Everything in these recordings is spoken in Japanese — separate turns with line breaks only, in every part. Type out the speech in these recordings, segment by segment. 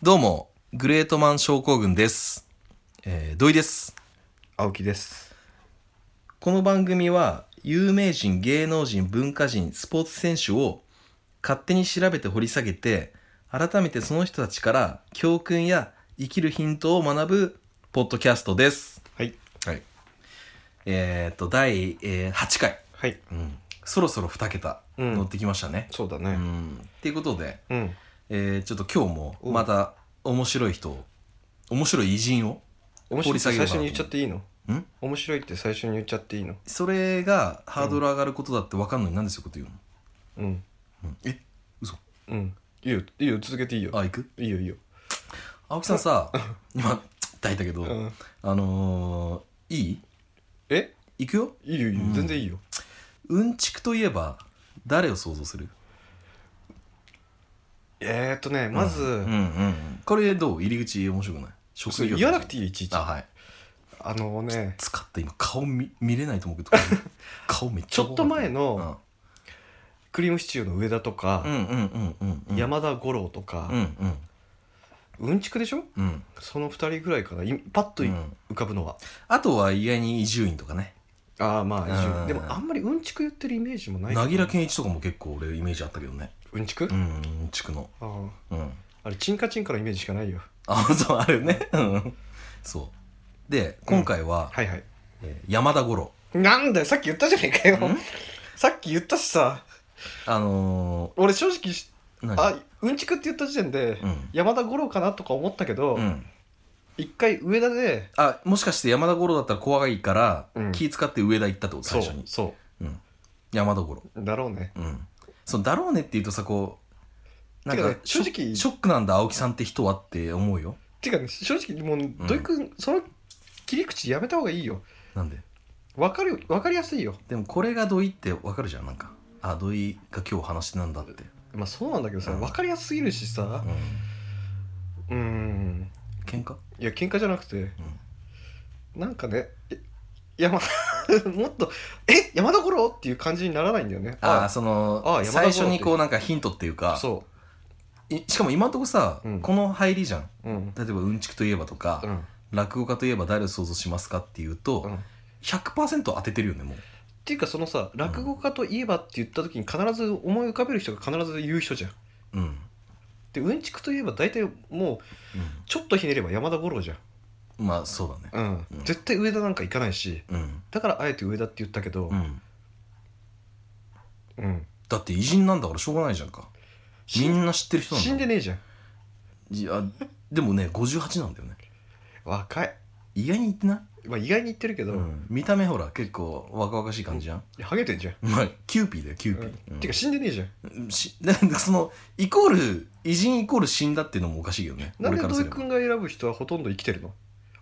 どうも、グレートマン症候群です。えー、土井です。
青木です
この番組は、有名人、芸能人、文化人、スポーツ選手を勝手に調べて掘り下げて、改めてその人たちから教訓や生きるヒントを学ぶポッドキャストです。
はい
はい。えー、っと、第、えー8回。
はい
うん。そろそろ2桁
うん
乗ってきましたね。
そうだ
う
ね
ん。っていうことで、
うん、
えー、ちょっと今日も
お
また面白い人を面白い偉人を
面
掘り
白いって
下
最
げれば
初に言っちゃっていいの
ん
面白いって最初に言っちゃっていいの
それがハードル上がることだって分かんのになんでそういうこと言う
うん
の、うん、え嘘
うんいいよいいよ続けていいよ
あ行く
いいよいいよ
青木さんさ今抱いたけど、
うん
あのー、いい
え
行くよ
いいよいいよ、全然いいよ
うんちくといえば誰を想像する
えー、っとねまず、
うんうんうんこれどう入り口面白くない
そ
職
れ
業
言わなくていいいちいち
あ
あ
はい
のね
使って今顔見見れないと思うけど 顔めっちゃ
ちょっと前の
怖かっ
クリームシチューの上田と
たうん
か、
うんうんうんうん
山田五郎とか
う、んうん
うんちくでしょ
うん
その二人ぐらいかないパッとい
うん
浮かぶのは、
あとは意外に伊集院とかね
ああまあ、
うん
でもあんまりうんちく言ってるイメージもないかな
凪良健一とかも結構俺イメージあったけどね
うんちく、
うんうんちくの
ああ
うん
あれチンカチンカのイメージしかないよ
あ そうあるねうんそうで今回は、
はいはい
えー山田五郎
なんだよさっき言ったじゃねえかよさっき言ったしさ
あの
俺正直し
ー、何
あうんちくって言った時点で、
うん
山田五郎かなとか思ったけど
うん
一、回上田で
あもしかして山田五郎だったら怖いから、
うん
気使って上田行ったってこと
そ
最
う
初に
そ
うん、山田五郎
うだろうね
うんそうだろうねって言うとさこうなん
てか
か
ね正直
ショショックなんだ青木さんって人はって思うよ
てかね正直もう土井君その切り口やめた方がいいよ
なんで
わかるわかりやすいよ
でもこれが土井ってわかるじゃんなんかあ土井が今日話してなんだって
まあそうなんだけどさ
うん
わかりやすすぎるしさ
うん
うーん
喧嘩
いや喧嘩じゃなくて
うん
なんかねえ山 もっとえ山田五郎っていう感じにならないんだよね
ああその
ああ山田五
最
郎
初にこうなんかヒントっていうか
そ
いしかも今のとこさ、
うん
この入りじゃん
う。うん。
例えばうんちくといえばとか、
うん。
落語家といえば誰を想像しますかっていうと、
うん。っ
100%当ててるよねもう
ていうかそのさ落語家といえばって言った時に必ず思い浮かべる人が必ず言う人じゃん。
うん、
でうんちくといえば大体もうちょっとひねれば山田五郎じゃん。
うん、まあそうだね
うん
うん。
絶対上田なんか行かないし
うん、
だからあえて上田って言ったけど
う、ん、
うん。
だって偉人なんだからしょうがないじゃんかみ
ん
んな知ってる人なんだ
死んでねえじゃん。
いやでもね58なんだよね
若い。
意外に言ってない、
まあ意外に言ってるけど、
うん見た目ほら結構若々しい感じじゃん、
ハゲてんじゃん。
まあキューピーだよキューピー、
う
うんん
てか死んでねえじゃん。
し なんかそのイコール偉人イコール死んだっていうのもおかしいよね
なん
俺か
で
らす
土井
れば
くんが選ぶ人はほとんど生きてるの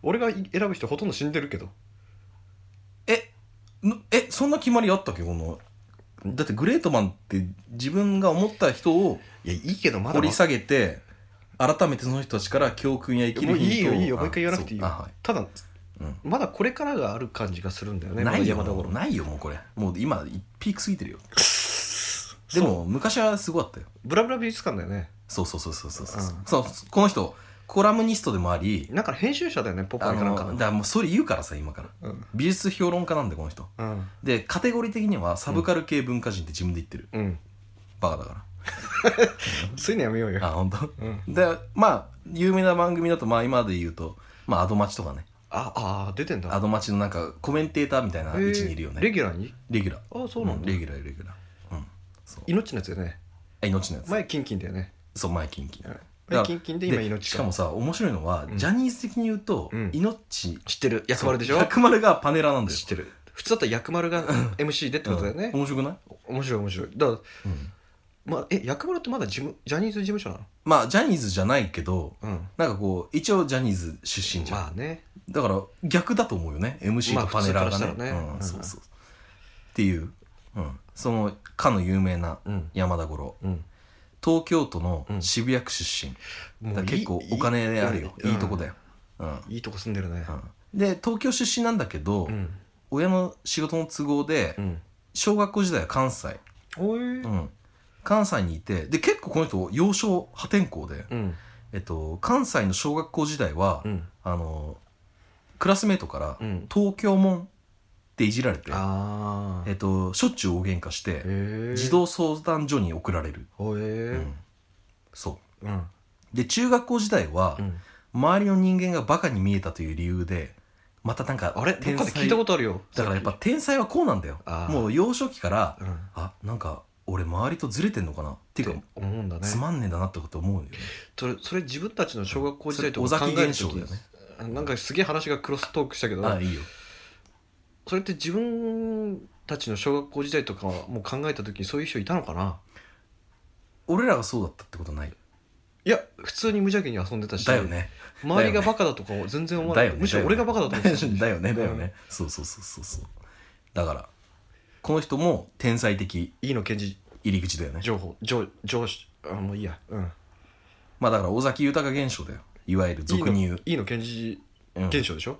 俺が選ぶ人ほとんど死んでるけど。
えぬえそんな決まりあったっけこのだってグレートマンって自分が思った人を
いやいいけどま
掘り下げて改めてその人たちから教訓や生き
も
る
うい
ヒ
い
ント
よ
を
いいよもう一回言わなくていいよ
あそうあは
ただ
いうん
まだこれからがある感じがするんだよね
ないよ
この山田
も
五
う
郎
ないよもうこれもう今ピーク過ぎてるよでも昔はすごかったよ
ブラブラ美術館だよね
そうそうそうそうそうそう,、
うん
そうこの人コラムニストでもあり
なんか編集者だよねポッパ
あ
イかなん
の
か
だ
の
からもうそれ言うからさ今から
うん
美術評論家なんでこの人
うん
でカテゴリー的にはサブカル系文化人って自分で言ってる、
うん
バカだか
そういうのやめよう
ら
よ
あ本当。
うん
でまあ有名な番組だとまあ今で言うとまあアドマチとかね
ああー出てんだ
アドマチのなんかコメンテーターみたいな
へー
位置にいるよね
レギュラーに
レギュラー
ああそうなん
ん
だ
レギュラーレギュラーうんそう
命のやつだよね
あ命のやつ
前キンキンだよね
そう前キンキン
前キンキンで今命
しかもさ面白いのは、
うん
ジャニーズ的に言うと、
うん
命
知ってる薬丸でしょ
薬丸がパネラーなんだよ
知ってる普通だったら薬丸が MC でってことだよね
うん面白くない、
面白い面白いだから
うん
まあえ薬丸ってまだ事務ジャニーズ事務所なの
まあジャニーズじゃないけど
うん
なんかこう一応ジャニーズ出身じゃん、
まあね
だから逆だと思うよね MC
まあ
とパネラーがね,、
普通からしたらね
うん
うん
そうそうっていう、うん、そのかの有名な
うん
山田五郎
うん
東京都の
うん
渋谷区出身、
もう
だから結構
いい
お金あるよいいとこだ
よ、
よ、うんうん
うんいいとこ住んでるね
で東京出身なんだけど、
うん
親の仕事の都合で
うん
小学校時代は関西、
おい
うん、関西にいてで結構この人幼少破天荒で、
うん
ええっと、関西の小学校時代は、
うん
あのクラスメートから
うん
「東京門」っていじられて、
あ
えっと、しょっちゅう大喧嘩して
え
児童相談所に送られる、
ほ
う
え
んそ
うんうん
うで中学校時代は、
うん
周りの人間がバカに見えたという理由でまたなんか
あれどっかで聞いたことあるよ
だからやっぱ
さ
天才はこうなんだよ
あー
もう幼少期から
きうんっ
あなんか俺周りとずれてんのかなって
て
いうか
思うんだね
つまんねえだなってこと思うよね
それそれ自分たちの小学校時代と
そ
か
れ
考
尾
え
崎現象
ると
だよね
きなんかすげえ話がクロストークしたけど
あいいよ
それって自分たちの小学校時代とかもう考えた時にそういう人いたのかな
俺らがそうだったってことない
いや普通に無邪気に遊んでたし
だよね
周りがバカだとかは全然思わな
だ
い、
よね
むしろ俺がバカだと思ってた し
だよねだよね、
うん
そうそうそうそうそうだからこの人も天才的
いいの検事
入り口だよね
情報上上司あもういいやうん
まあだから尾崎豊現象だよいわゆる俗に言う
いいの検事
うん
現象でしょ、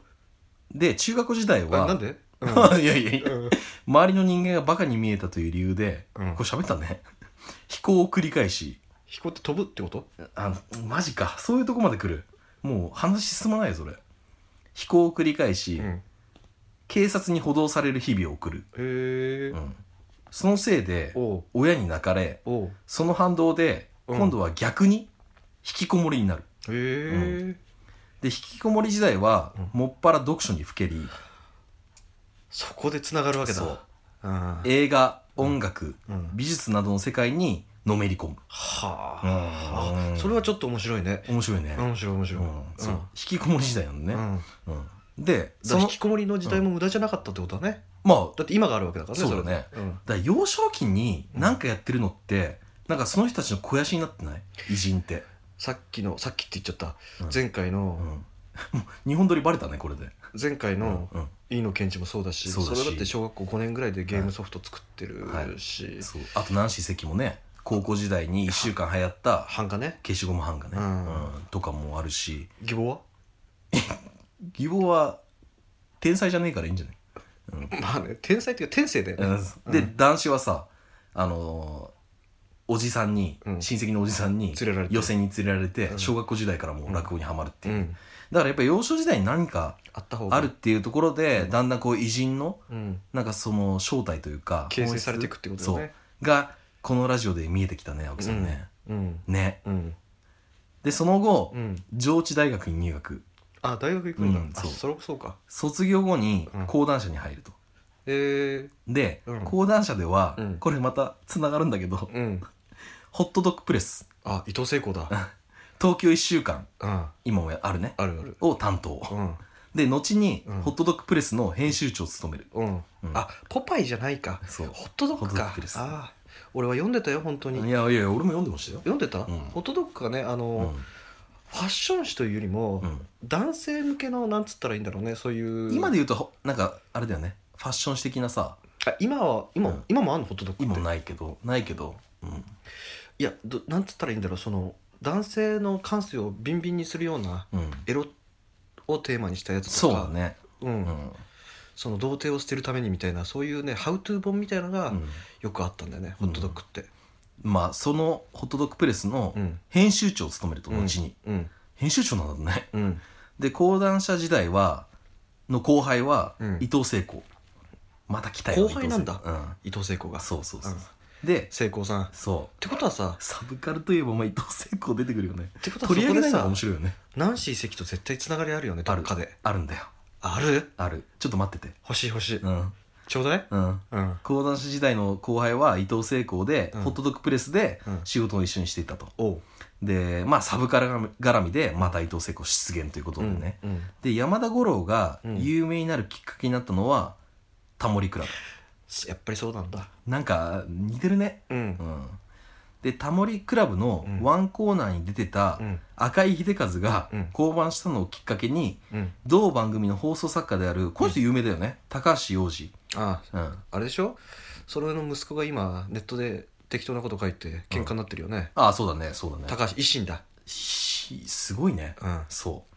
で中学校時代
あ
は
なんで、 うん
いやいやいや
うん
周りの人間がバカに見えたという理由で、
うん
これ喋ったね 飛行を繰り返し
飛行って飛ぶってこと
あマジかそういうとこまで来るもう話進まないよそれ飛行を繰り返し、
うん
警察に補導される日々を送る、
へえ、
うんそのせいで
おう
親に泣かれ
おう
その反動で
うん
今度は逆に引きこもりになる、
へえ、
で引きこもり時代は
うん
もっぱら読書にふけり、
そこでつながるわけだ
そう
うん
映画音楽、
うん
美術などの世界にのめり込む、
は
うん
あ、あそれはちょっと面白いね
面白いね、
面白い面白い、
うんそう引きこもり時代なの
う
ね、
ん、
うんで
だか
そ
ら
の
引きこもりの時代も無駄じゃなかったってことだね
まあ
だって今があるわけだからね
そうだね
れうん
だから幼少期に何かやってるのって、なんかその人たちの肥やしになってない偉人って、
さっきのさっきって言っちゃった、
うん
前
う
回
ん
の、
もう日本撮りバレたねこれで、
前回の
うん
飯野健治もそうだし
そうだし
れだって小学校5年ぐらいでゲームソフト作ってるし、
そうあとナンシー関もね高校時代に1週間流行った
版画ね
消しゴム版がね、
うん
うんとかもあるし
義母は
義母は天才じゃねえからいいんじゃない
まあね天才っていうか天性だよね、
うんで、男子はさあのーおじさんに、
うん
親戚のおじさんに
連れられて
寄席に連れられて、
うん
小学校時代からもう落語にはまるって
う
いう、
ん、
だからやっぱ幼少時代に何か
あった方が
あるっ、ていうところで、だんだんこう偉人の
うん、
なんかその正体というか
形成されていくってことだね
そうがこのラジオで見えてきたね青木さんね、
うん
ね
うん
でその後、
うん
上智大学に入学
あ大学行くんだ、
うん
あ
そう
それもそうか
卒業後に
うん
講談社に入ると、
え
で、
うん
講談社では、
うん
これまたつながるんだけど、
ー、うん
ホットドッグプレス
あ伊藤聖子だ
東京1週間
うんあ
今もあるね
るある
を担当
うん
で後に、
うん
ホットドッグプレスの編集長を務める、
うん、
うん
あポパイじゃないか
そう
ホットドッ
ホ
グ
ットド
か
ッグです
ああ俺は読んでたよ本当に
いやいや俺も読んでましたよ、
読んでた、
ん
ホットドッグがねあ
う
の、
ん
ファッション誌というよりも、
うん
男性向けのなんつったらいいんだろうねそういう
今で言うとほなんかあれだよねファッション誌的なさ
あ今は今,、
うん
今もあんのホットドッグって
今ないけどないけど、うん、
いやどなんつったらいいんだろうその男性の感性をビンビンにするような
うん、
エロをテーマにしたやつ
そ
と
う
か
だね、
う
うんん
その童貞を捨てるためにみたいなそういうねハウトゥー本みたいなのが
うん
よくあったんだよね、
うん
ホットドッグって。
まあそのホットドッグプレスの
うん
編集長を務めると
うん
後に、
うん
編集長なんだね
うん
で講談社時代はの後輩は、
うん
伊藤聖子また来たよ
後輩なんだ
伊藤聖子うん
伊藤聖子が
そうそうそう、
うん
で
聖子さんっ
そ
てことはさ
うサブカルといえばまあ伊藤聖子出てくるよね
ってことは
取
そ
り上
こ
げ
で
ないのが
さ
面白いよね
ナンシー関と絶対つながりあるよねどっかで
あるんだよ
ある
あるちょっと待ってて
欲しい欲しい、
うん
ちょうだい
うん
うん
講談社時代の後輩は伊藤聖子で、
うん
ホットドッグプレスで
うん
仕事を一緒にしていたと
おう
でまあサブカル絡みでまた伊藤聖子出現ということでね、
うんうん
で山田五郎が
うん
有名になるきっかけになったのは「タモリクラブ」
やっぱりそうなんだ
なんか似てるね
うん
うんで「タモリクラブ」の
うん
ワンコーナーに出てた
うん
赤井秀和が
うん
降板したのをきっかけに
うん
同番組の放送作家であるこの人有名だよね、高橋洋二、
あ
うん、
あれでしょそれの息子が今ネットで適当なこと書いて喧嘩になってるよね、
ああそうだねそうだね
高橋維新だ
しすごいね
うん
そう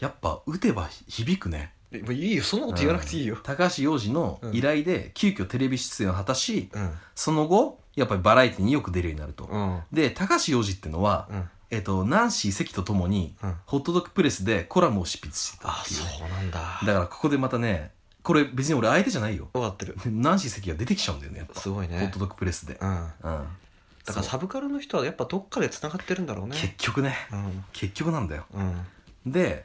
やっぱ打てば響くね
えもういいよそんなこと言わなくていいよ
うん高橋洋次の依頼で急遽テレビ出演を果たし、
うん
その後やっぱりバラエティによく出るようになると、
うん
で高橋洋次ってのは、
うん
えっと、ナンシー関と共に、
うん
ホットドッグプレスでコラムを執筆してたっていうね、
うなんだ
だからここでまたね、これ別に俺相手じゃないよ。
分かってる
ナンシー関が出てきちゃうんだよね、やっぱ。
すごい
ホ
ね
ットドッグプレスで。
うん
うん。
だからサブカルの人はやっぱどっかで繋がってるんだろうね
結局ね、
うん
結局なんだよ。
うん
で、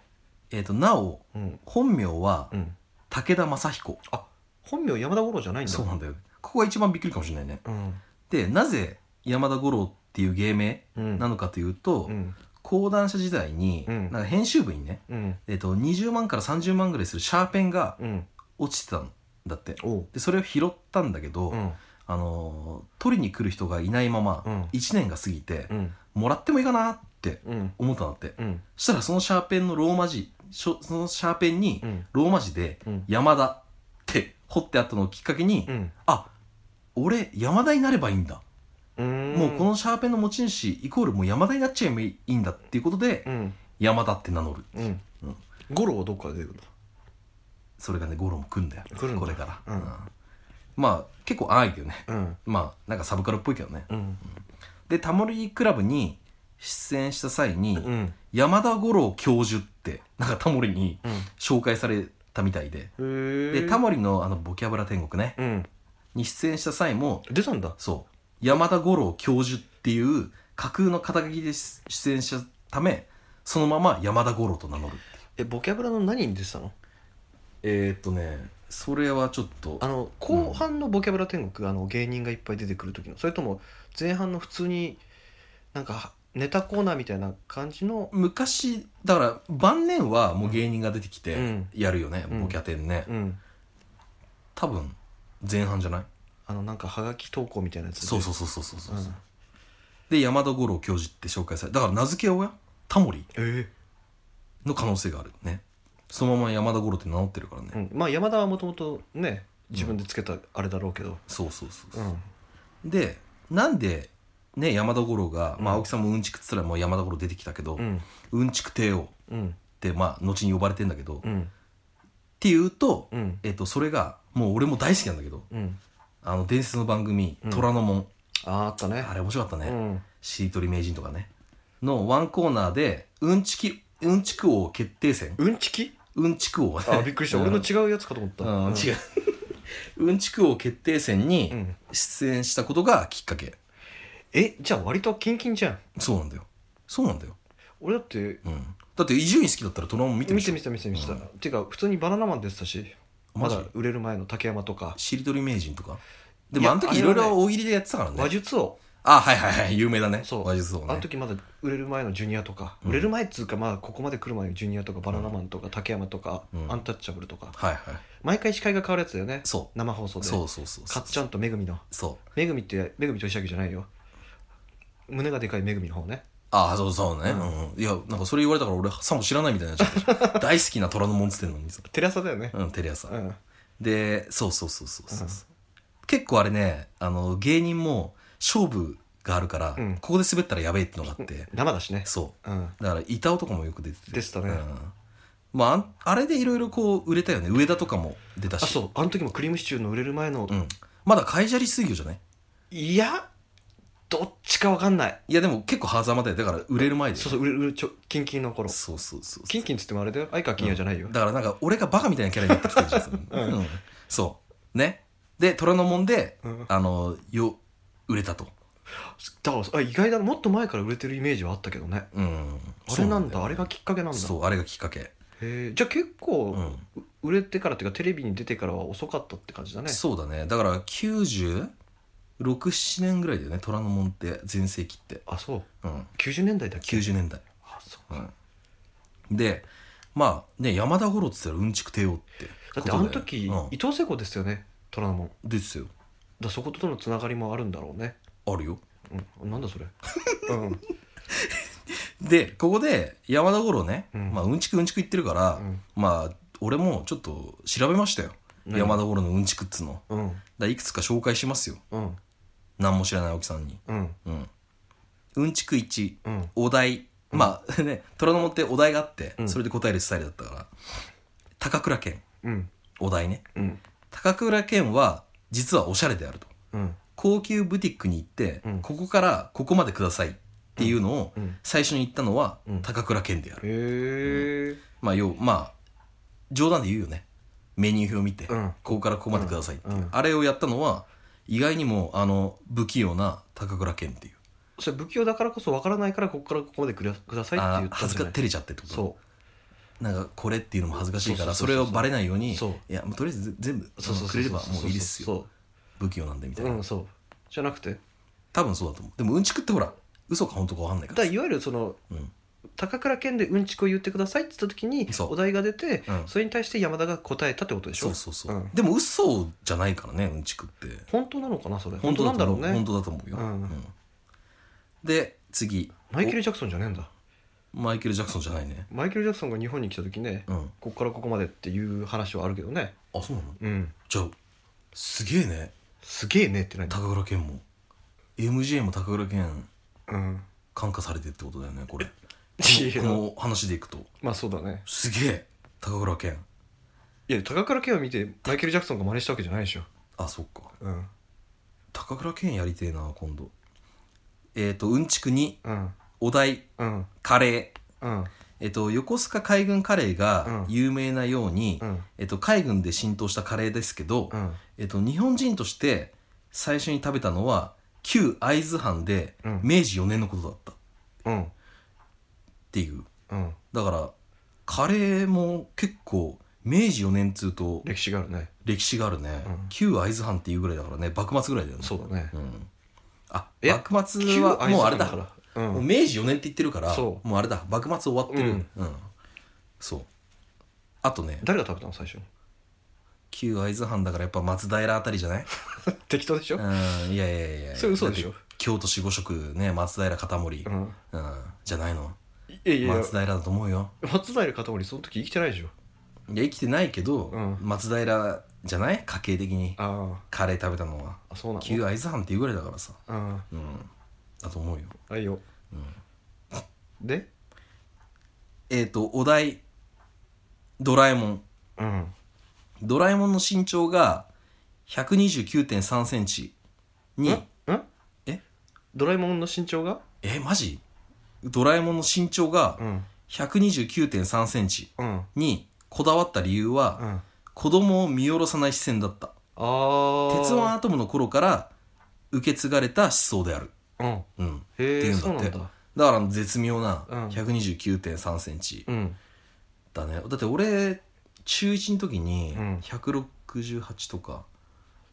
えっ、と、なお、
うん
本名は
うん
武田正彦。
あ本名山田五郎じゃないんだ
そうなんだよ。ここが一番びっくりかもしれないね。
うん
で、なぜ山田五郎っていう芸名
うん
なのかというと、
うん
講談社時代に、
うん
なんか編集部にね、
うん
えっと20万から30万ぐらいするシャーペンが
うん
落ちてたんだって
おう
でそれを拾ったんだけど、
うん
あのー取りに来る人がいないまま
うん
1年が過ぎて
う、ん
もらってもいいかなって
うん
思ったんだって
うん
そしたらそのシャーペンのローマ字しょそのシャーペンに
うん
ローマ字で
うん
「山田」って彫ってあったのをきっかけに、
うん
あ俺山田になればいいんだ、
うん
もうこのシャーペンの持ち主イコールもう山田になっちゃえばいいんだっていうことで、
うん
山田って名乗る
うん五郎はどっから出てくるの
それがね五郎も来んだよ
来るんだ
これから、
うん
まあ結構安易だよね
うん
まあなんかサブカルっぽいけどね
うん
でタモリクラブに出演した際に、
うん
山田五郎教授ってなんかタモリに
うん
紹介されたみたいで、
へえ
でタモリのあのボキャブラ天国ね
うん
に出演した際も
出たんだ
そう山田五郎教授っていう架空の肩書きで出演したためそのまま山田五郎と名乗る
えボキャブラの何に出てたの
えー、っとねそれはちょっと
あの後半のボキャブラ天国、あの芸人がいっぱい出てくる時のそれとも前半の普通になんかネタコーナーみたいな感じの
昔だから晩年はもう芸人が出てき
う
て
ん
やるよね、
うん
ボキャテンね、
うん
多分前半じゃない
あのなんかはがき投稿みたいなやつで
そうそうそうそうそうそう、
うん
で山田五郎教授って紹介されだから名付け親タモリ
え
の可能性があるねそのまま山田五郎って名乗ってるからね、
えうん、まあ山田はもともとね自分でつけたあれだろうけど
そうそうそう
う
そう、
ん
でなんでね山田五郎が、まあ、
うん
青木さんもうんちくっつったらもう山田五郎出てきたけど、
うん
うんちく帝王っ
うん
てまあ後に呼ばれてんだけど、っ
うん
ていうと、
うん
えっとそれがもう俺も大好きなんだけど
うん
あの伝説の番組
うん
「虎ノ門」
あああったね
あれ面白かったね、
うん
しりとり名人とかねのワンコーナーでうんちきうんちく王決定戦
うんちき
うんちく王はね
あびっくりした、
うん
俺の違うやつかと思った、
うん違 ううんちく王決定戦
う
に
ん
出演したことがきっかけ
えじゃあ割とキンキンじゃん
そうなんだよそうなんだよ、
俺だって
うん、だって伊集院好きだったら虎ノ門見て
見
みて
て見て見て見てた、
うん
てか普通にバナナマン出てたしま
ま
だ
だ
売れる前の竹山とか
しりとり名人とかで
い
も
や
あの
あ
時
れ
い
は
ろ
ね
いろ大喜利でやってたからね
話術王、
あはいはいはい有名だね
そう
話術王
あの
ね
時まだ売れる前のジュニアとか、
うん
売れる前っつうかまあここまで来る前のジュニアとかバナナマンとか竹山とか、
うん
アンタッチャブルとか
はいはい
毎回司会が変わるやつだよね
そ
生放送
う
で
そうそうそう
かっちゃんとめぐみの
そう
めぐみってめぐみと石垣じゃないよ胸がでかいめぐみの方ね
ああそうそうね、うんいやなんかそれ言われたから俺さも知らないみたいになっちゃった 大好きな虎ノ門っつってんのにさ
テレ朝だよね
うんテレ朝、
うん
でそうそうそうそうそうそう、結構あれねあの芸人も勝負があるから、
うん
ここで滑ったらやべえってのがあって、
生だしね
そ
うん
うだから板尾とかもよく出てて
でしたね
うんまああんあれでいろいろこう売れたよね上田とかも出たし
あそうあの時もクリームシチューの売れる前の、
ん、まだ海砂利水魚じゃない
いやどっちかわかんない
いやでも結構狭間だよだから売れる前で
そうそう売れ売れちょキンキンの頃
そうそうそう
キンキンっつってもあれだよ相川金也じゃないよ、
だからなんか俺がバカみたいなキャラになってきてるじゃん、それ
うん
うんそうねで虎ノ門で、
うん
あのよ売れたと
だからあ意外だなもっと前から売れてるイメージはあったけどね
うん
あれなんだ
よ
あれがきっかけなんだへ
そうあれがきっかけ、
えじゃあ結構、
うん
う売れてからっていうかテレビに出てからは遅かったって感じだね
そうだねだから967年ぐらいだよね虎ノ門って全盛期って、
あそう
うん、
90年代だっけ
90年代、
あそう
うん、でまあね山田五郎っつったらうんちく帝王ってこ
だっ
と
て
で
あの時、
うん
伊藤聖子ですよね虎ノ門だか
ですよ
らそことのつながりもあるんだろうね
あるよ
うんなんだ それうん
でここで山田五郎ね、
うん
まあ、うんちくうんちく言ってるから、
うん
まあ俺もちょっと調べましたよ
何
山田五郎のうんちくっつのだか
うん
らいくつか紹介しますよ
うん
何も知らない青木さんに
うん
うんうんちく1
うん
お題、まあ ね虎ノ門ってお題があって、
うん
それで答えるスタイルだったから高倉健
うん
お題ね
うん
高倉健は実はおしゃれであると
うん
高級ブティックに行って、
うん
ここからここまでくださいっっていうのを
うん
最初に言ったのは
うん
高倉健である、
へえ
まあ要まあ冗談で言うよねメニュー表を見て、
うん
ここからここまでくださいっていう、
うんうん
あれをやったのは意外にもあの不器用な高倉健っていう
それ不器用だからこそ分からないからここからここまでくだくださいって
あ
言
ー
ったん
恥ず
じゃ
か
ない
照れちゃってってこと
そ
なんかこれっていうのも恥ずかしいからそ
そ
う
そ
れ
うそうそう
をバレないようにい
そう
やもうとりあえず全部
うそうそう
くれればもういいですよ
よ
不器用なんでみたいな、
うんそうじゃなくて
多分そうだと思うでもうんちくってほら嘘か本当か分かんないか
だ
らさ
からいわゆるその
うん
高倉健でうんちくを言ってくださいって言った時に
そう
お題が出て
うん
それに対して山田が答えたってことでしょ
そうそうそう、
うん
でも嘘じゃないからねうんちくって
本当なのかなそれ本当なんだろう
本
ね
当だと思うよ、
うん
で次
マイケル・ジャクソンじゃねえんだ
おマイケル・ジャクソンじゃないね
マイケル・ジャクソンが日本に来た時ね
うん
こっからここまでっていう話はあるけどね
あそうなの
うん
じゃあすげえね
すげえねって何
高倉健も MJ も高倉健
うん
感化されてってことだよねこれこ
いや
のこの話でいくと
まあそうだね
すげえ高倉健
いや高倉健を見てマイケル・ジャクソンが真似したわけじゃないでしょ
あそっか
うん
高倉健やりてえな今度えっ、とうんちくに
うん
お題
うん
カレー
うん
えっ、と横須賀海軍カレーが
うん
有名なように、
うん
えっと、海軍で浸透したカレーですけど、
うん
えっと、日本人として最初に食べたのは旧会津藩で
うん
明治4年のことだったっ
うん
ていう
うん
だからカレーも結構明治4年っつうと
歴史があるね
歴史があるね、
うん
旧会津藩っていうぐらいだからね幕末ぐらいだよね
そうだね
うん、あ
いや
幕末はもうあれだ
旧会津藩からう
もうん明治4年って言ってるから
そ
も
う
うあれだ幕末終わってる、
う
うんんそうあとね
誰が食べたの最初 に
旧会津藩だからやっぱ松平あたりじゃない
適当でしょ
うんいやいやいやいや
それ嘘でしょ
だって京都守護職ね松平片森、
う
うん
ん
じゃないの
いやいや
松平だと思うよ
松平片森その時生きてないでしょ
いや生きてないけど、
うん
松平じゃない家系的に
あ
カレー食べたのは
あそうな
旧
の
会津藩っていうぐらいだからさ
あ
うんだと思うよ
あいいよで
えっ、とお題ドラえもん
うん
ドラえもんの身長が129.3センチに
んん
え
ドラえもんの身長が
えマジドラえもんの身長が
うん
129.3センチ
うん
にこだわった理由は
うん
子供を見下ろさない視線だった
あー
鉄腕アトムの頃から受け継がれた思想である、
うん
うん、
へ
いうん
え
だって
そうなんだ
だからあの絶妙な
うん
129.3センチ
うん
だねだって俺中1の時に
うん
168とか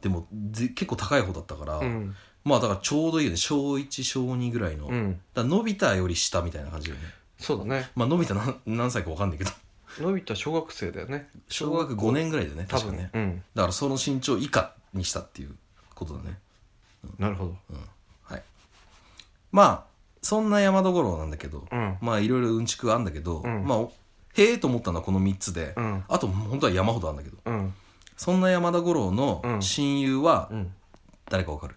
でもぜ結構高い方だったから、
うん
まあだからちょうどいいよね小1小2ぐらいの、
う
だか
ん
らのび太より下みたいな感じだよね
そうだね
まあのび太何何歳か分かんないけど
のび太小学生だよね
小学5年ぐらいだよね
多
確か
分
ね
ねうん
だからその身長以下にしたっていうことだね
なるほど
はいまあそんな山田五郎なんだけど、
うん
まあいろいろうんちくはあんだけど、
うん
まあおへえと思ったのはこの3つで、
うん
あと本当は山ほどあんだけど
うん
そんな山田五郎の
うん
親友は
うん
誰かわかる、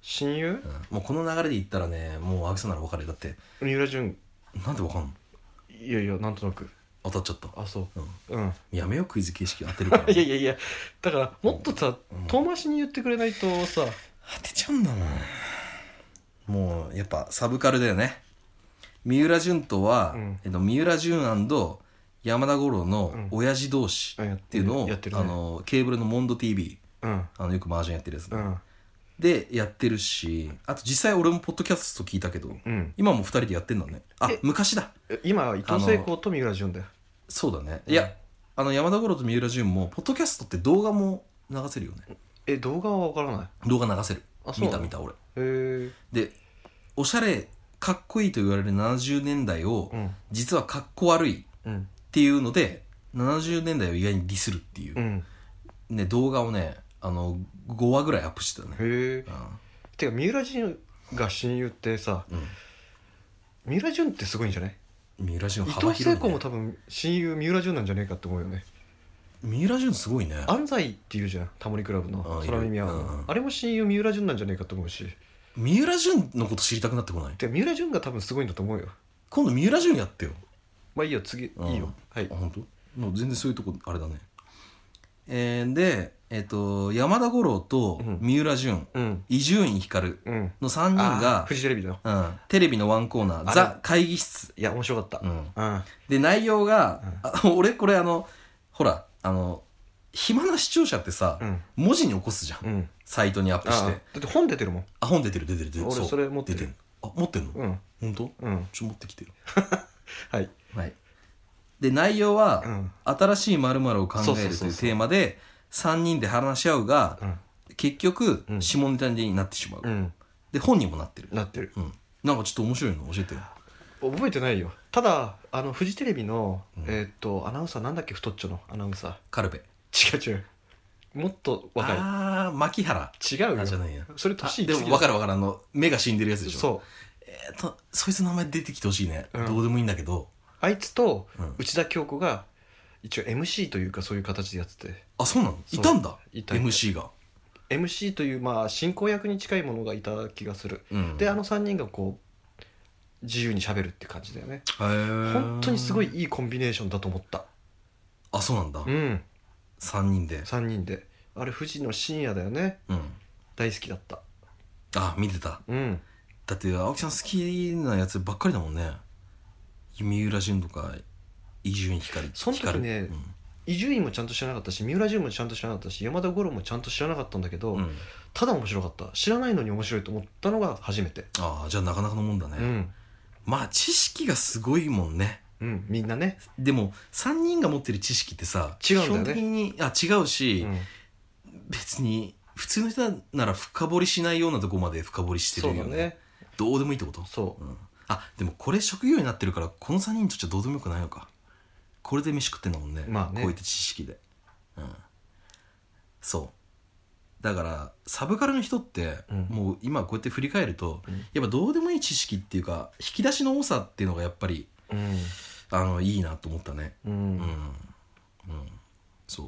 親友
うんもうこの流れで言ったらねもう青木さんならわかるよだって
三浦淳
なんでわかんの
いやいやなんとなく
当たっちゃった
あそう
うん
うん
やめようクイズ形式当てるから
いやいやいやだからもっとさ遠回しに言ってくれないとさ
当てちゃうんだもんもうやっぱサブカルだよね三浦淳とは、
うん
えっと、三浦淳山田五郎の親父同士
うん
っていうのを、
やってる
あ
ね
のケーブルのモンド TV
うん
あのよくマージャンやってるやつ、
うん
でやってるしあと実際俺もポッドキャスト聞いたけど
うん
今も二人でやってんだねあ
え
昔だ
今は伊藤聖子と三浦淳だよ
そうだねいや、あの山田五郎と三浦淳もポッドキャストって動画も流せるよね
え動画は分からない
動画流せる
あそう
見
な
た
の
見た俺
へえ
でおしゃれかっこいいと言われる70年代を、
うん
実はかっこ悪いっ
うん
ていうので70年代を意外にディスるっていう
う、ん
ね、動画をねあの5話ぐらいアップしてたね、
へえ
うん
てか三浦淳が親友ってさ三浦淳ってすごいんじゃない
うん、三浦淳
伊
幅
藤
広い、ね、
聖子も多分親友三浦淳なんじゃねえかって思うよね
三浦淳すごいね
安西っていうじゃんタモリクラブの
あいる
空耳アワー
うん
の
うん
あれも親友三浦淳なんじゃねえかと思うし
三浦淳のこと知りたくなってこない
てか三浦淳が多分すごいんだと思うよ
今度三浦淳やってよ
まあいいよ次いいよはい
あ本当？もう全然そういうとこあれだねえーで、えっと山田五郎と
うん
三浦淳
うん
伊集院光
うん
の3人
あー
が
フ、ジテレビだよ
うん、テレビのワンコーナ
あ
ー「
れ
ザ会議室
いや面白かった」
うん
うん
で内容が、あ俺これあのほらあの暇な視聴者ってさ、
うん
文字に起こすじゃん
うん
サイトにアップ
あ
し
ーだ
て
って本出てるもん
あ本出てる出てる出てる
俺
う
それ持ってる
出るあ持ってんの、
うん
本当
うん
ちょ持ってきてる
はい
はいで内容は、
うん
新しい〇〇を考
そうそう
える
そ
と
う
いう
そう
テーマで3人で話し合うが、
うん
結局、
うん
下ネタになってしまう、
うん
で本にもなってる、
なってる
うん、なんかちょっと面白いの教えてよ
覚えてないよただあのフジテレビの、
うん
えーっとアナウンサーなんだっけ太っちょのアナウンサ
カルベ
ー違う違うもっと若い
ああ牧原
違うよ
あじゃないや
それ
あ
年い
で
きすぎ
も分かる分かるあの目が死んでるやつでしょ
そう
えーとそいつの名前出てきてほしいね、
うん
どうでもいいんだけど、
あいつと
うん
内田恭子が一応 MC というかそういう形でやってて
あそうなの
そ
いうたんだ
いた
MC が、
MC というまあ進行役に近いものがいた気がする
うん
であの3人がこう自由にしゃべるって感じだよね
本
本当にすごいいいコンビネーションだと思った
あそうなんだ、
うん
三3人で、
3人であれ富士の深夜だよね
うん、
大好きだった
あ見てた
うん
だって青木さん好きなやつばっかりだもんね三浦淳とか伊集院光
その時ね
光
伊集院もちゃんと知らなかったし三浦淳もちゃんと知らなかったし山田五郎もちゃんと知らなかったんだけど、
うんうん
ただ面白かった知らないのに面白いと思ったのが初めて
ああじゃあなかなかのもんだね、
うん
まあ知識がすごいもんね
うんみんなね
でも3人が持ってる知識ってさ
違うんだよね
基本的にあ違うし、
うん
別に普通の人なら深掘りしないようなとこまで深掘りして
そう
る
だ
よね
ね
どうでもいいってこと
そう
うん、あでもこれ職業になってるからこの3人にとっちゃどうでもよくないのかこれで飯食ってんだもんね,、
まあね
こういった知識で、うん、そうだからサブカルの人って、
うん
もう今こうやって振り返ると、
うん
やっぱどうでもいい知識っていうか引き出しの多さっていうのがやっぱり
うん
あのいいなと思ったね
う
うん
ん
うんそう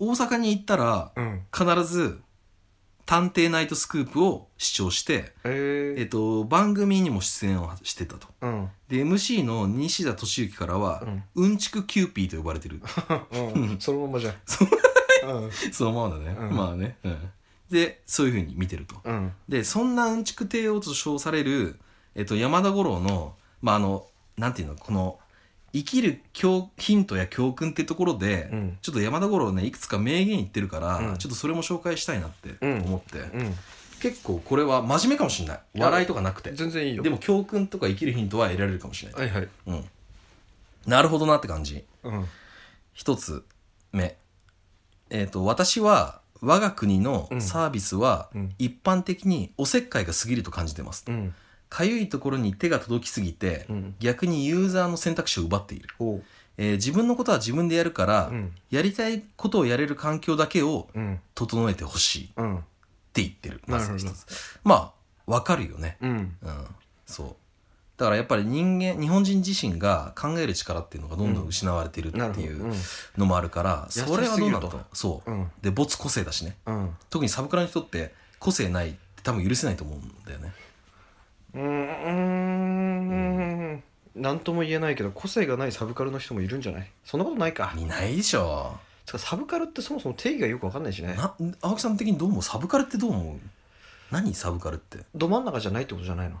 大阪に行ったら
うん
必ず「探偵ナイトスクープ」を視聴して
え
え
ー
っと、番組にも出演をしてたと。
うん
で、MC の西田敏行からは、うんちくキューピーと呼ばれてる。
うんうんそのままじゃんうん
そのままだね。
うん
まあね、うんで、そういうふうに見てると。
うん
で、そんなうんちく帝王と称される、えっと、山田五郎の、まああの、なんていうの、この、生きる教ヒントや教訓ってところで、
うん
ちょっと山田五郎ね、いくつか名言言ってるから、
うん
ちょっとそれも紹介したいなって思って、
うん
結構これは真面目かもしれない。
や
笑いとかなくて。
全然いいよ
でも教訓とか生きるヒントは得られるかもしれない。
はいはい
うん。なるほどなって感じ。
うん
一つ目。えっ、と、私は我が国のサービスは
うん
一般的におせっかいが過ぎると感じてます。
うん
かゆいところに手が届きすぎて、
うん
逆にユーザーの選択肢を奪っている。
おう
えー自分のことは自分でやるから、
うん
やりたいことをやれる環境だけを
うん
整えてほしいっ
うん
て言ってる。
なるほど
まず一つまあ、わかるよね。
うん
うん、そうだからやっぱり人間日本人自身が考える力っていうのがどんどん失われてる
なる
って
ほ
い
ど
う
うん
のもあるから、
優し
それはどうなんだ
す
と
ぎる
そう、
うん
で没個性だしね
うん
特にサブカルの人って個性ないって多分許せないと思うんだよね
うーんなんとも言えないけど個性がないサブカルの人もいるんじゃないそんなことないか
いないでしょ
つかサブカルってそもそも定義がよくわかんないしね
な青木さん的にどう思うサブカルってどう思う何サブカルって
ど真ん中じゃないってことじゃないの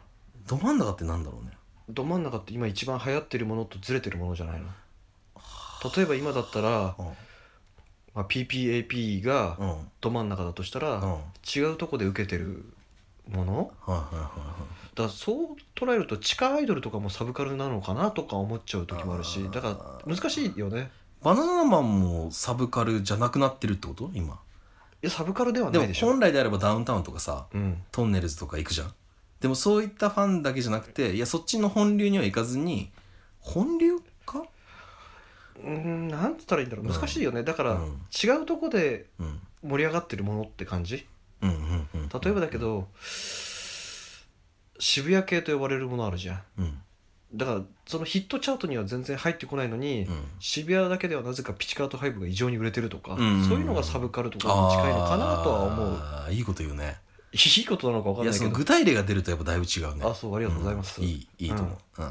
ど真ん中ってなんだろうね
ど真ん中って今一番流行ってるものとずれてるものじゃないの例えば今だったら、まあ、PPAP が
うんうんうん
ど真ん中だとしたら、
はい
違うとこで受けてるもの
はいはいはい
だからそう捉えると地下アイドルとかもサブカルなのかなとか思っちゃう時もある
あ
し
ー
だから難しいよね
バナナマンもサブカルじゃなくなってるってこと今
いやサブカルでは
でも
ないでしょ
本来であればダウンタウンとかさ、
うん
トンネルズとか行くじゃんでもそういったファンだけじゃなくていやそっちの本流には行かずに本流か
うーんなんつったらいいんだろう
うん
難しいよねだから、
うん
違うとこで
うん
盛り上がってるものって感じ
うんうんうん
例えばだけど、渋谷系と呼ばれるものあるじゃ
う
ん
ん
だからそのヒットチャートには全然入ってこないのに、
うん
渋谷だけではなぜかピチカートファイブが異常に売れてるとか、
うん
そういうのがサブカルとかに近いのかなとは思う
あーいいこと言うね
いいことなのか分か
い
ん
や
ない
そ
け
の
ど
具体例が出るとやっぱだいぶ違うね
あそうあ
り
りがとうございます、
いいいいと思う、うん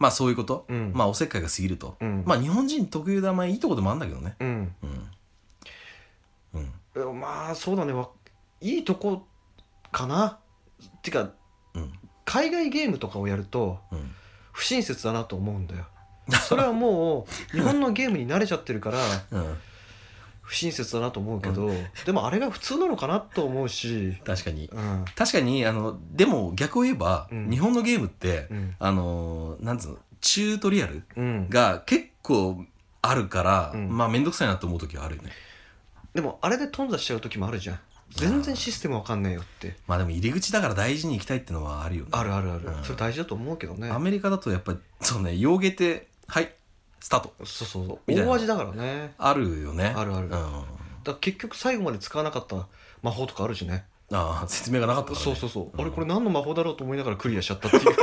まあそういうこと、
うん
まあおせっかいが過ぎると、
うん
まあ日本人特有だまあいいとこでもあるんだけどね
うん
うんうん
でもまあそうだねわいいとこかなてか
うん
海外ゲームとかをやると
うん
不親切だなと思うんだよそれはもう日本のゲームに慣れちゃってるから
うん
不親切だなと思うけど、でもあれが普通なのかなと思うし、
確かに
うん
確かにあのでも逆を言えば、
うん
日本のゲームって、
うん
あのーなんつうのチュートリアル
うん、
が結構あるから、
うん
まあ面倒くさいなと思う時はあるよね
でもあれで頓挫しちゃう時もあるじゃん全然システムわかんないよって
まあでも入り口だから大事に行きたいってのはあるよね
あるあるある、
うん
それ大事だと思うけどね
アメリカだとやっぱりそうね洋芸ってはいスタート
そうそうそう
みたいな
大味だからね
あるよね
あるある
うん、あ
だから結局最後まで使わなかった魔法とかあるしね
あ説明がなかったから、ね、
そうそうそう、
ん
あれこれ何の魔法だろうと思いながらクリアしちゃったっていう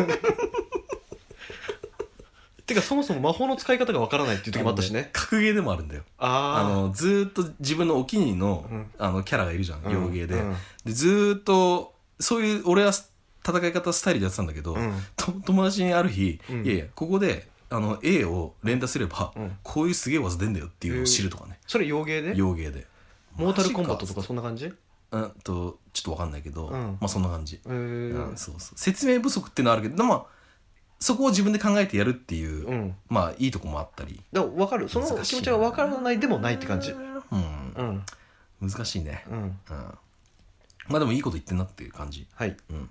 てかそもそも魔法の使い方がわからないっていう時もあったしね
格ゲーでもあるんだよあ
あ
のずーっと自分のお気に入りの,、
うん
あのキャラがいるじゃん
あ
洋芸で,、
うん
でずーっとそういう俺は戦い方スタイルでやってたんだけど、
うん
と友達にある日、
うん
いやいやここであの A を連打すれば、
うん
こういうすげえ技出んだよっていうのを知るとかね
それ洋芸で
洋芸で
モータルコンバットとか
マジ
そんな感じ
うんとちょっとわかんないけど、
うん
まあそんな感じ、
えー
うんそうそう説明不足ってのはあるけどでもそこを自分で考えてやるっていう、
うん
まあいいとこもあったり
だから分かるその
難しい
気
な
持ちが分からないでもないって感じ
うん
うん
難しいね
うん
うんまあでもいいこと言ってんなっていう感じ
はい
うん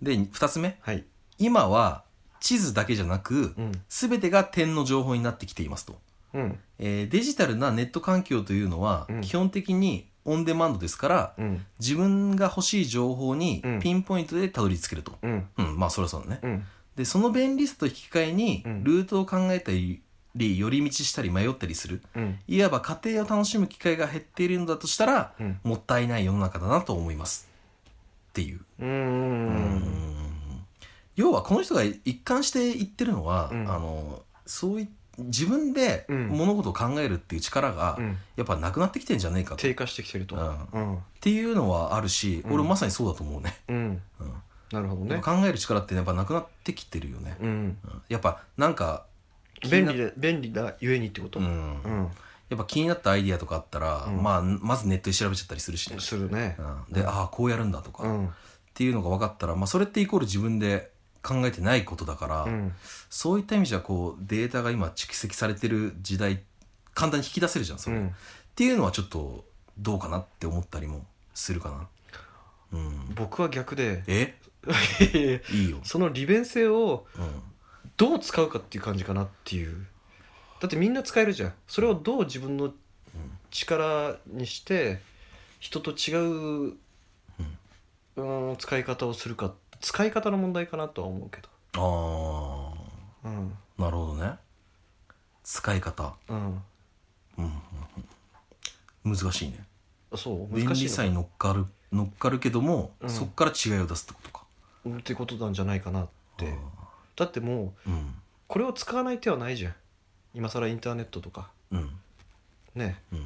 で2つ目
はい
今は地図だけじゃなく
うん
全てが点の情報になってきていますと、
うん
えーデジタルなネット環境というのは
うん
基本的にオンデマンドですから
うん
自分が欲しい情報に
うん
ピンポイントでたどり着けると、
うん
うん、まあそりゃそうだね
うん
でその便利さと引き換えに
うん
ルートを考えたり寄り道したり迷ったりする
うん
いわば家庭を楽しむ機会が減っているのだとしたら
うん
もったいない世の中だなと思いますっていうう
う
んん要はこの人が一貫して言ってるのは、
うん
あのそうい自分で
うん
物事を考えるっていう力が
うん
やっぱなくなってきてんじゃねえかとっ
低下してきてると
うん
うん
ていうのはあるし、
うん
俺まさにそうだと思うね、
うん
うん
なるほど
やっ
ね
ぱ考える力ってやっぱなくなってきてるよね、
うん
うんやっぱなんか
便利で便利だゆえにってこと
う
うん
んやっぱ気になったアイディアとかあったら、
うん
まあ、まずネットで調べちゃったりするしね、
するね
うん、でああこうやるんだとか、
う
っ
ん
ていうのが分かったら、まあ、それってイコール自分で考えてないことだから、
うん
そういった意味じゃこうデータが今蓄積されてる時代簡単に引き出せるじゃんそれ、
う
っ
ん
ていうのはちょっとどうかなって思ったりもするかなうん
僕は逆で
えいいよ、
その利便性を
うん、
どう使うかっていう感じかなっていうだってみんな使えるじゃんそれをどう自分の力にして人と違う、うーん、使い方をするか使い方の問題かなとは思うけど
あ
うん
あなるほどね使い方
うん
難しいね
そう
便
難し
利
い
さ
の
に乗っかる乗っかるけども、
うん
そっから違いを出すってことか
うんってことなんじゃないかなってだっても
あ
う
ーうん
これを使わない手はないじゃん今更インターネットとか
うん
ね
うん
っ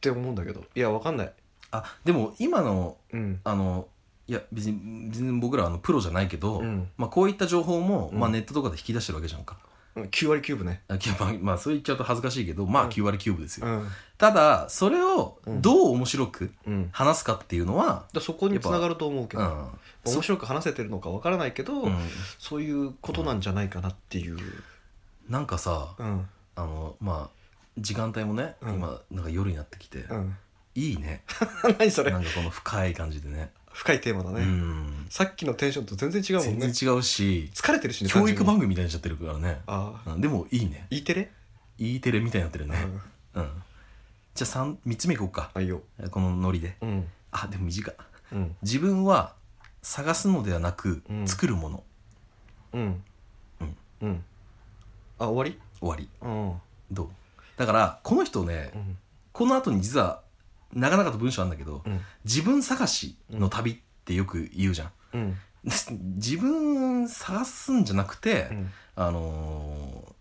て思うんだけどいやわかんない
あでも今の
うん
あのいや別に別に僕らはあのプロじゃないけど、
うん
まあ、こういった情報も、
うん
まあ、ネットとかで引き出してるわけじゃんか、
うん9割9分ね
あきまあ、まあそう言っちゃうと恥ずかしいけどま
う
あ
ん
9割9分ですよ、
うん
ただそれを
うん
どう面白く
うんだか
話すかっていうのは、
らそこに繋がると思うけ
う
ど
ん
面白く話せてるのかわからないけど、
うん
そういうことなんじゃないかなっていう、
なんかさ
うん
あのまあ時間帯もね、
うん
今なんか夜になってきて、
うん、
いいね
何それ
なんかこの深い感じでね
深いテーマだね、
うん
さっきのテンションと全然違うもん
全
ね
然違うし
疲れてるしね
教育番
組
組みたいにしちゃってるからね、
ああ
うん、でもいいね
E テレ、
E テレみたいになってる
う
ね、
ん、
うんじゃあ 3, 3つ目いこうか
あいいよ
このノリで
うん
あでも短い
うん
自分は探すのではなく
うん
作るもの、
うん
うん
うんあ終わ
終わり
りうん
どうだからこの人ね、
うん
この後に実はなかなかと文章あるんだけど、
うん
自分探しの旅ってよく言うじゃん
うん
自分探すんじゃなくて、
うん
あのー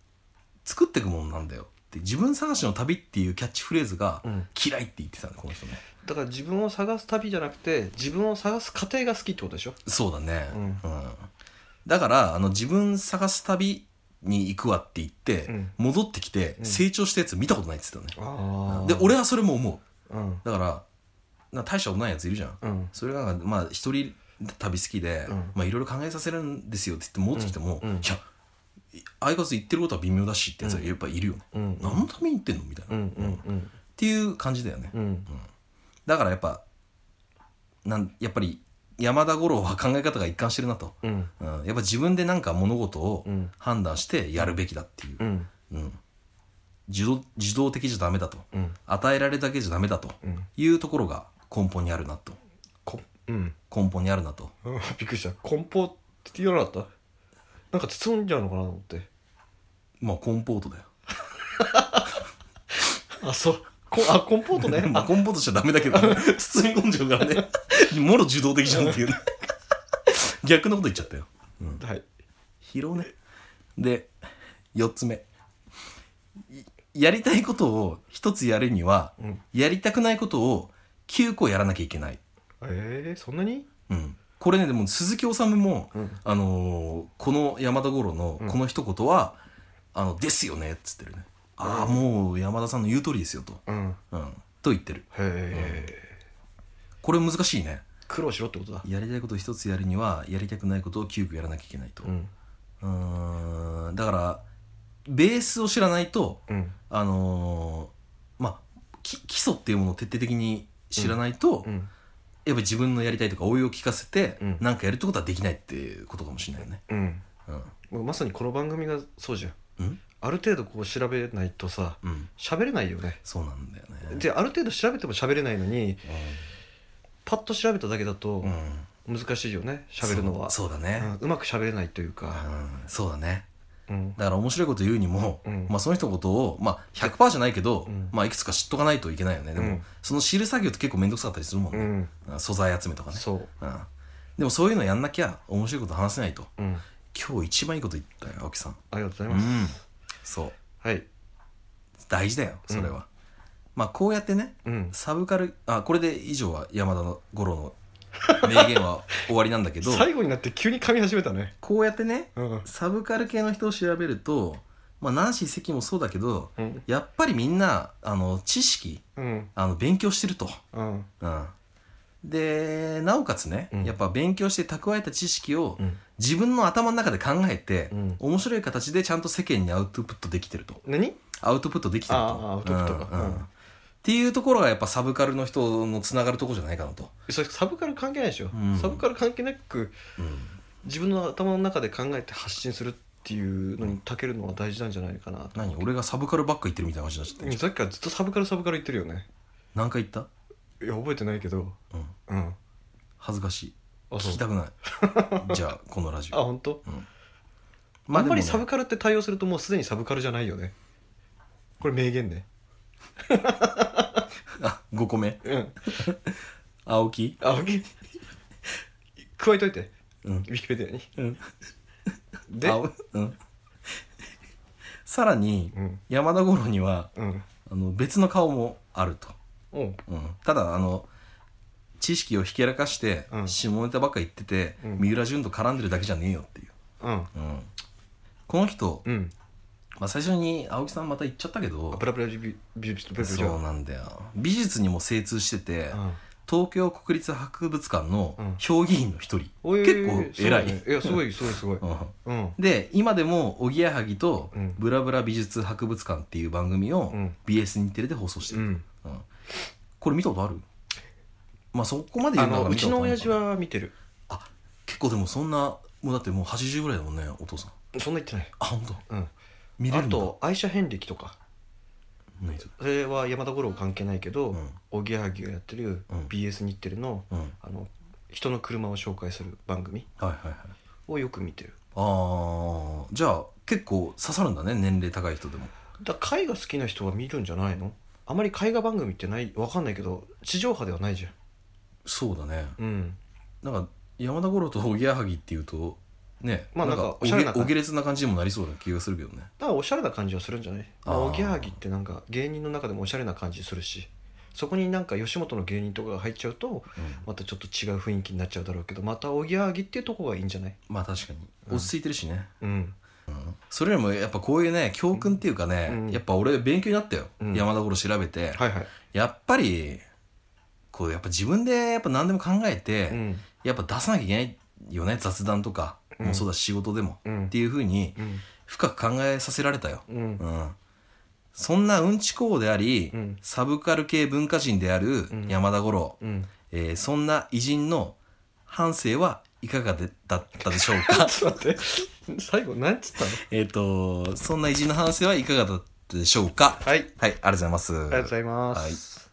作っていくもんなんだよって自分探しの旅っていうキャッチフレーズが
うん
嫌いって言ってたのこの人ね
だから自分を探す旅じゃなくて自分を探す過程が好きってことでしょ
そうだね
うん
うん、だからあの自分探す旅に行くわって言って、
うん
戻ってきて
うん
成長したやつ見たことないって言ってたのね、
あー
で俺はそれも思
うん
うだからなんか大したことないやついるじゃん
うん
それがなんかまあ一人旅好きで、
うん
まあいろいろ考えさせるんですよって言って戻ってきても、
うんうん
いや相変わらず言ってることは微妙だしってやつはやっぱいるよね、
うん
何のために言ってんのみたいな、
うんうんうん
っていう感じだよね、
うん
だからやっぱなんやっぱり山田五郎は考え方が一貫してるなと、
うん
うん、やっぱ自分でなんか物事を
うん
判断してやるべきだっていう
う、ん
うん、自動自動的じゃダメだと
うん
与えられるだけじゃダメだと
うん
いうところが根本にあるなと
こうん
根本にあるなと
うんびっくりした梱包って言わなかったなんか包んじゃうのかなと思って
まあコンポートだよ
あそう こあコンポートね
まあ
あ
コンポートしちゃダメだけど、ね、包み込んじゃうからね もろ受動的じゃんっていうね 逆のこと言っちゃったよ
はい
疲労ねで4つ目いやりたいことを1つやるには
うん
やりたくないことを9個やらなきゃいけない、
えー、そんなに
うん、これねでも鈴木治も、
うん
あのーこの山田五郎のこの一言は「あのですよね」っつってるね「ああもう山田さんの言う通りですよ」と、
うんへ
うん、と言ってる
え、
これ難しいね
苦労しろってことだ
やりたいことを1つやるにはやりたくないことを9個やらなきゃいけないと、
うん
うーんだからベースを知らないと
うん
あのーまあき基礎っていうものを徹底的に知らないと、
うん
やっぱ自分のやりたいとか応用を聞かせて、
うん
なんかやるってことはできないっていうことかもしれないよね。
うん
うん
もうまさにこの番組がそうじゃん
うん
ある程度こう調べないとさ
うん、
喋れないよね
そうなんだよね。
である程度調べても喋れないのにパッと調べただけだと
うん、うん
難しいよね喋るのは
そうそうだ
う
ね、
んうまく喋れないという
う
か
んそうだね。
うん
だから面白いこと言うにも、
うん
まあ、その人のことを、まあ、100%じゃないけど、
うん
まあ、いくつか知っとかないといけないよね。でも、
うん
その知る作業って結構面倒くさかったりするもん
う
ね。
ん
うん素材集めとかね。
そう
うん、でもそういうのやんなきゃ面白いこと話せないと。
うん
今日一番いいこと言ったよ青木さん
ありがとうございうます
んそう
はい
大事だよそれは、まあこうやってね
うん
サブカルあこれで以上は山田の五郎の名言は終わりなんだ けど
最後になって急に噛み始めたね
こうやってね
うん
サブカル系の人を調べるとまあナンシー関もそうだけど
うん
やっぱりみんなあの知識
うん
あの勉強してると、
うん
うん、でなおかつね、
うん
やっぱ勉強して蓄えた知識を、
うん
自分の頭の中で考えて、
うん
面白い形でちゃんと世間にアウトプットできてると
何
アウトプットできてると
ああアウトプットか
うんうん
うん
っていうところがやっぱサブカルの人のつながるところじゃないかなと、
それサブカル関係ないでしょ
うん
サブカル関係なく
うん
自分の頭の中で考えて発信するっていうのにたけるのは大事なんじゃないかな
何俺がサブカルばっか言ってるみたいな感じになっちゃってる
さっきからずっとサブカルサブカル言ってるよね
何回言った、
いや覚えてないけど
うん、
うん
恥ずかしい
あ
聞きたくない じゃあこのラジ
あ
オ
本当。
ま
あ
あで
んま
もね
りサブカルって対応するともうすでにサブカルじゃないよねこれ名言ね
あ5個目
うん
青木
あ OK 加えといて
うん
ウィキペディアに
うん
で
青うんさらに
うん
山田五郎には
うん
あの別の顔もあると
おう
うん、ただあの知識をひけらかして、
うん
下ネタばっか言ってて、
うん
三浦淳と絡んでるだけじゃねえよっていう、
うん
うんこの人、
うん
まあ、最初に青木さんまた言っちゃったけど
ブラブラビビビビビビビ
そうなんだよ美術にも精通してて、
うん
東京国立博物館の
うん
評議員の一人、
おい
結構偉い、
そうだねいやすごいすごいすごい
うん
うん
で今でもおぎやはぎと
うん
「ブラブラ美術博物館」っていう番組を
うん
BS 日テレで放送して
う
る、
ん
うんこれ見たことあるまあそこまで
あ
うなら
のう
見た
ち
こと
の
ない
親父は見てる
あ結構でもそんなもうだってもう80ぐらいだもんねお父さん
そんな言ってない
あ本当
うん
見れ
あ
るんだ
と愛車遍歴とか
何それ
それは山田五郎関係ないけど
うん
おぎやはぎがやってる
うん
BS 日テレの
うんはい
あの人の車を紹介する番組
はいはい
をよく見てる
あーじゃあ結構刺さるんだね年齢高い人でも
だから絵画好きな人は見るんじゃないのあまり絵画番組ってないわかんないけど地上波ではないじゃん
そうだね
うん
なんか山田五郎とおぎやはぎっていうとね
まあなんか
お
おしゃれな
げお下劣な感じにもなりそうな気がするけどね
だからおしゃれな感じはするんじゃないまあ
あー
おぎやはぎってなんか芸人の中でもおしゃれな感じするしそこになんか吉本の芸人とかが入っちゃうとまたちょっと違う雰囲気になっちゃうだろうけどまたおぎやはぎっていうとこがいいんじゃない
まあ確かに
うん
落ち着いてるしね、
うん
それよりもやっぱこういうね教訓っていうかね、
うん
やっぱ俺勉強になったよ、
うん
山田頃調べて、
はいはい、
やっぱりこうやっぱ自分でやっぱ何でも考えて、
うん
やっぱ出さなきゃいけないよね雑談とか
うん
もそうだし仕事でも、
うん
っていう風に
うん
深く考えさせられたよ、
うん
うん、そんなうんちこうであり、
うん
サブカル系文化人である
ん
山田五郎、
うん
えーそんな偉人の反省はいかがでだったでしょうか
ちょっと待って 最後何つったの
えっとそんな偉人の反省はいかがだったでしょうか
はいあり
はいありがとうございます
がとうございます、